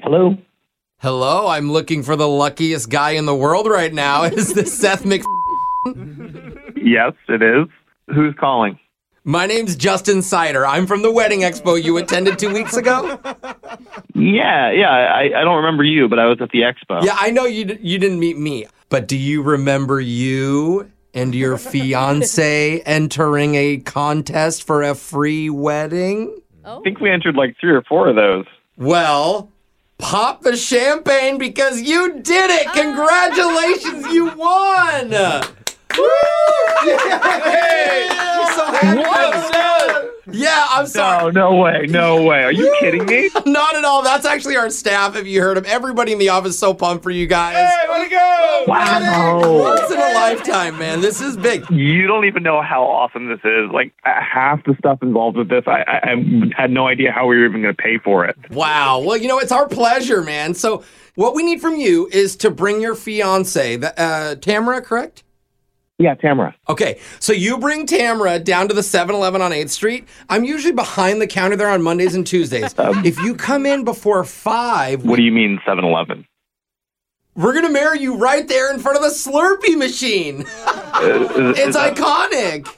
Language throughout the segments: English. Hello? Hello, I'm looking for the luckiest guy in the world right now. Is this Seth Mc? Yes, it is. Who's calling? My name's Justin Sider. I'm from the wedding expo you attended two weeks ago. Yeah, yeah. I, I don't remember you, but I was at the expo. Yeah, I know you d- you didn't meet me, but do you remember you and your fiance entering a contest for a free wedding? I think we entered like three or four of those. Well, pop the champagne because you did it. Congratulations, you won. Woo! Yay! I'm so happy. Yeah, I'm sorry. Oh, no way. No way. Are you kidding me? Not at all. That's actually our staff. If you heard them, everybody in the office so pumped for you guys. let it go! Wow. Once in a lifetime, man. This is big. You don't even know how awesome this is. Like uh, half the stuff involved with this, I, I, I had no idea how we were even going to pay for it. Wow. Well, you know, it's our pleasure, man. So, what we need from you is to bring your fiance, the, uh, Tamara, correct? Yeah, Tamara. Okay, so you bring Tamara down to the 7 Eleven on 8th Street. I'm usually behind the counter there on Mondays and Tuesdays. Um. if you come in before 5, What do you mean 7-Eleven? we're going to marry you right there in front of the Slurpee machine. Oh, It's iconic.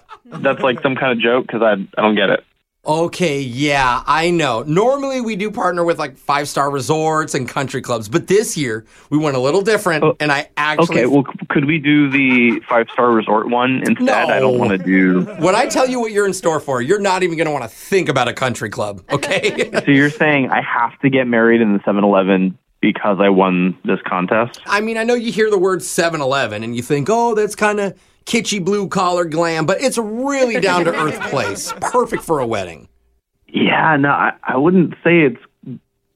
That's like some kind of joke because I, I don't get it. Okay, yeah, I know. Normally we do partner with like five star resorts and country clubs, but this year we went a little different, and I actually. Oh, Okay, well, c- could we do the five-star resort one instead? I don't No. want to do... when I tell you what you're in store for, you're not even going to want to think about a country club, okay? So you're saying I have to get married in the 7-Eleven because I won this contest? I mean, I know you hear the word 7 Eleven and you think, oh, that's kind of kitschy blue collar glam, but it's a really down to earth place. Perfect for a wedding. Yeah, no, I, I wouldn't say it's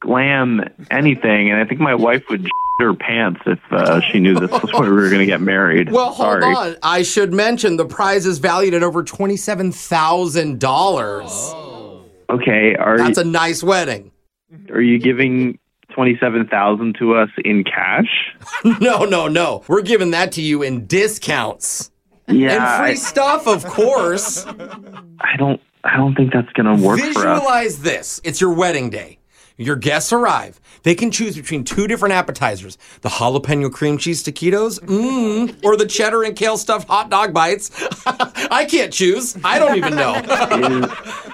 glam anything, and I think my wife would her pants if uh, she knew this was where we were going to get married. Well, hold Sorry. on. I should mention the prize is valued at over Oh. $27,000. Okay, are That's a nice wedding. are you giving twenty seven thousand to us in cash? No, no, no. We're giving that to you in discounts. And Yeah, free Ah, I, stuff, of course. I don't, I don't think that's going to work for us. Visualize this. It's your wedding day. Your guests arrive. They can choose between two different appetizers the jalapeno cream cheese taquitos, mmm, or the cheddar and kale stuffed hot dog bites. I can't choose. I don't even know. Is, is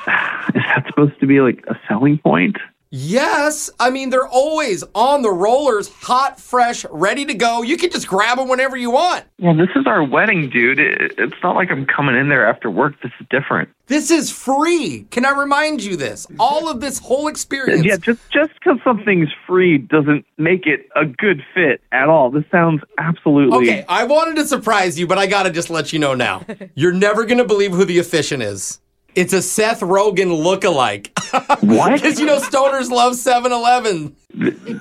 that supposed to be like a selling point? yes, I mean, they're always on the rollers, hot, fresh, ready to go. You can just grab them whenever you want. Well, this is our wedding, dude. It, it's not like I'm coming in there after work. This is different. This is free. Can I remind you this? All of this whole experience. Yeah, just just because something's free doesn't make it a good fit at all. This sounds absolutely Okay, I wanted to surprise you, but I gotta just let you know now. You're never gonna believe who the efficient is. It's a Seth Rogen lookalike. what? Because you know, stoners love 7 Eleven.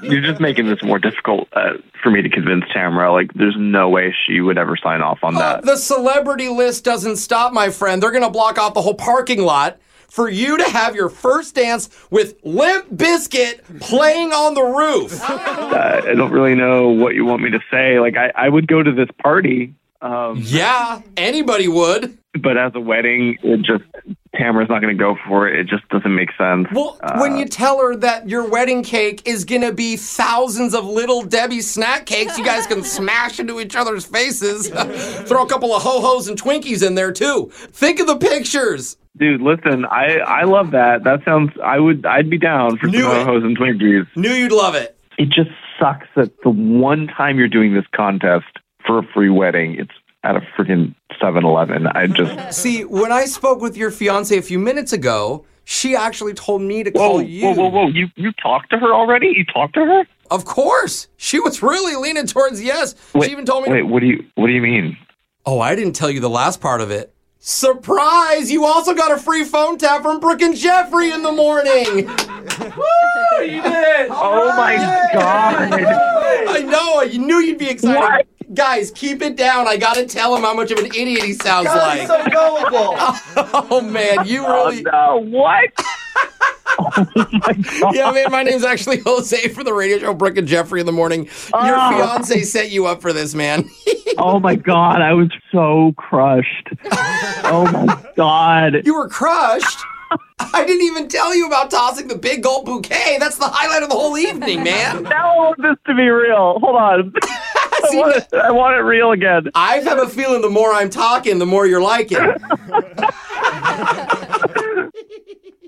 You're just making this more difficult uh, for me to convince Tamara. Like, there's no way she would ever sign off on that. The celebrity list doesn't stop, my friend. They're gonna block off the whole parking lot for you to have your first dance with Limp Biscuit playing on the roof. Oh. Uh, I don't really know what you want me to say. Like, I, I would go to this party, um, yeah, anybody would. but as a wedding, it just Tamara's not going to go for it. It just doesn't make sense. Well, when you tell her that your wedding cake is gonna be thousands of little Debbie snack cakes, you guys can smash into each other's faces. Throw a couple of ho hos and Twinkies in there too. Think of the pictures. Dude, listen, I I love that. That sounds. I would. I'd be down for Knew some it. ho-hos and Twinkies. Knew you'd love it. it just sucks that the one time you're doing this contest for a free wedding, it's at a freaking 7-Eleven. I just See, when I spoke with your fiance a few minutes ago, she actually told me to call whoa, you. whoa, whoa, whoa! You you talked to her already? You talked to her? Of course, she was really leaning towards yes. she even told me. Wait, what do you what do you mean? Oh, I didn't tell you the last part of it. Surprise! You also got a free phone tap from Brooke and Jeffrey in the morning. Oh my god! I know. I knew you'd be excited. Guys, keep it down. I gotta tell him how much of an idiot he sounds like. so gullible! oh man, you really. No, what? Yeah, man. My name's actually Jose for the radio show Brooke and Jeffrey in the morning. Your fiance set you up for this, man. Oh my god! I was so crushed. Oh my god! you were crushed. I didn't even tell you about tossing the big gold bouquet. That's the highlight of the whole evening, man. Now I want this to be real. Hold on. I See, want it, I want it real again. I have a feeling the more I'm talking, the more you're liking.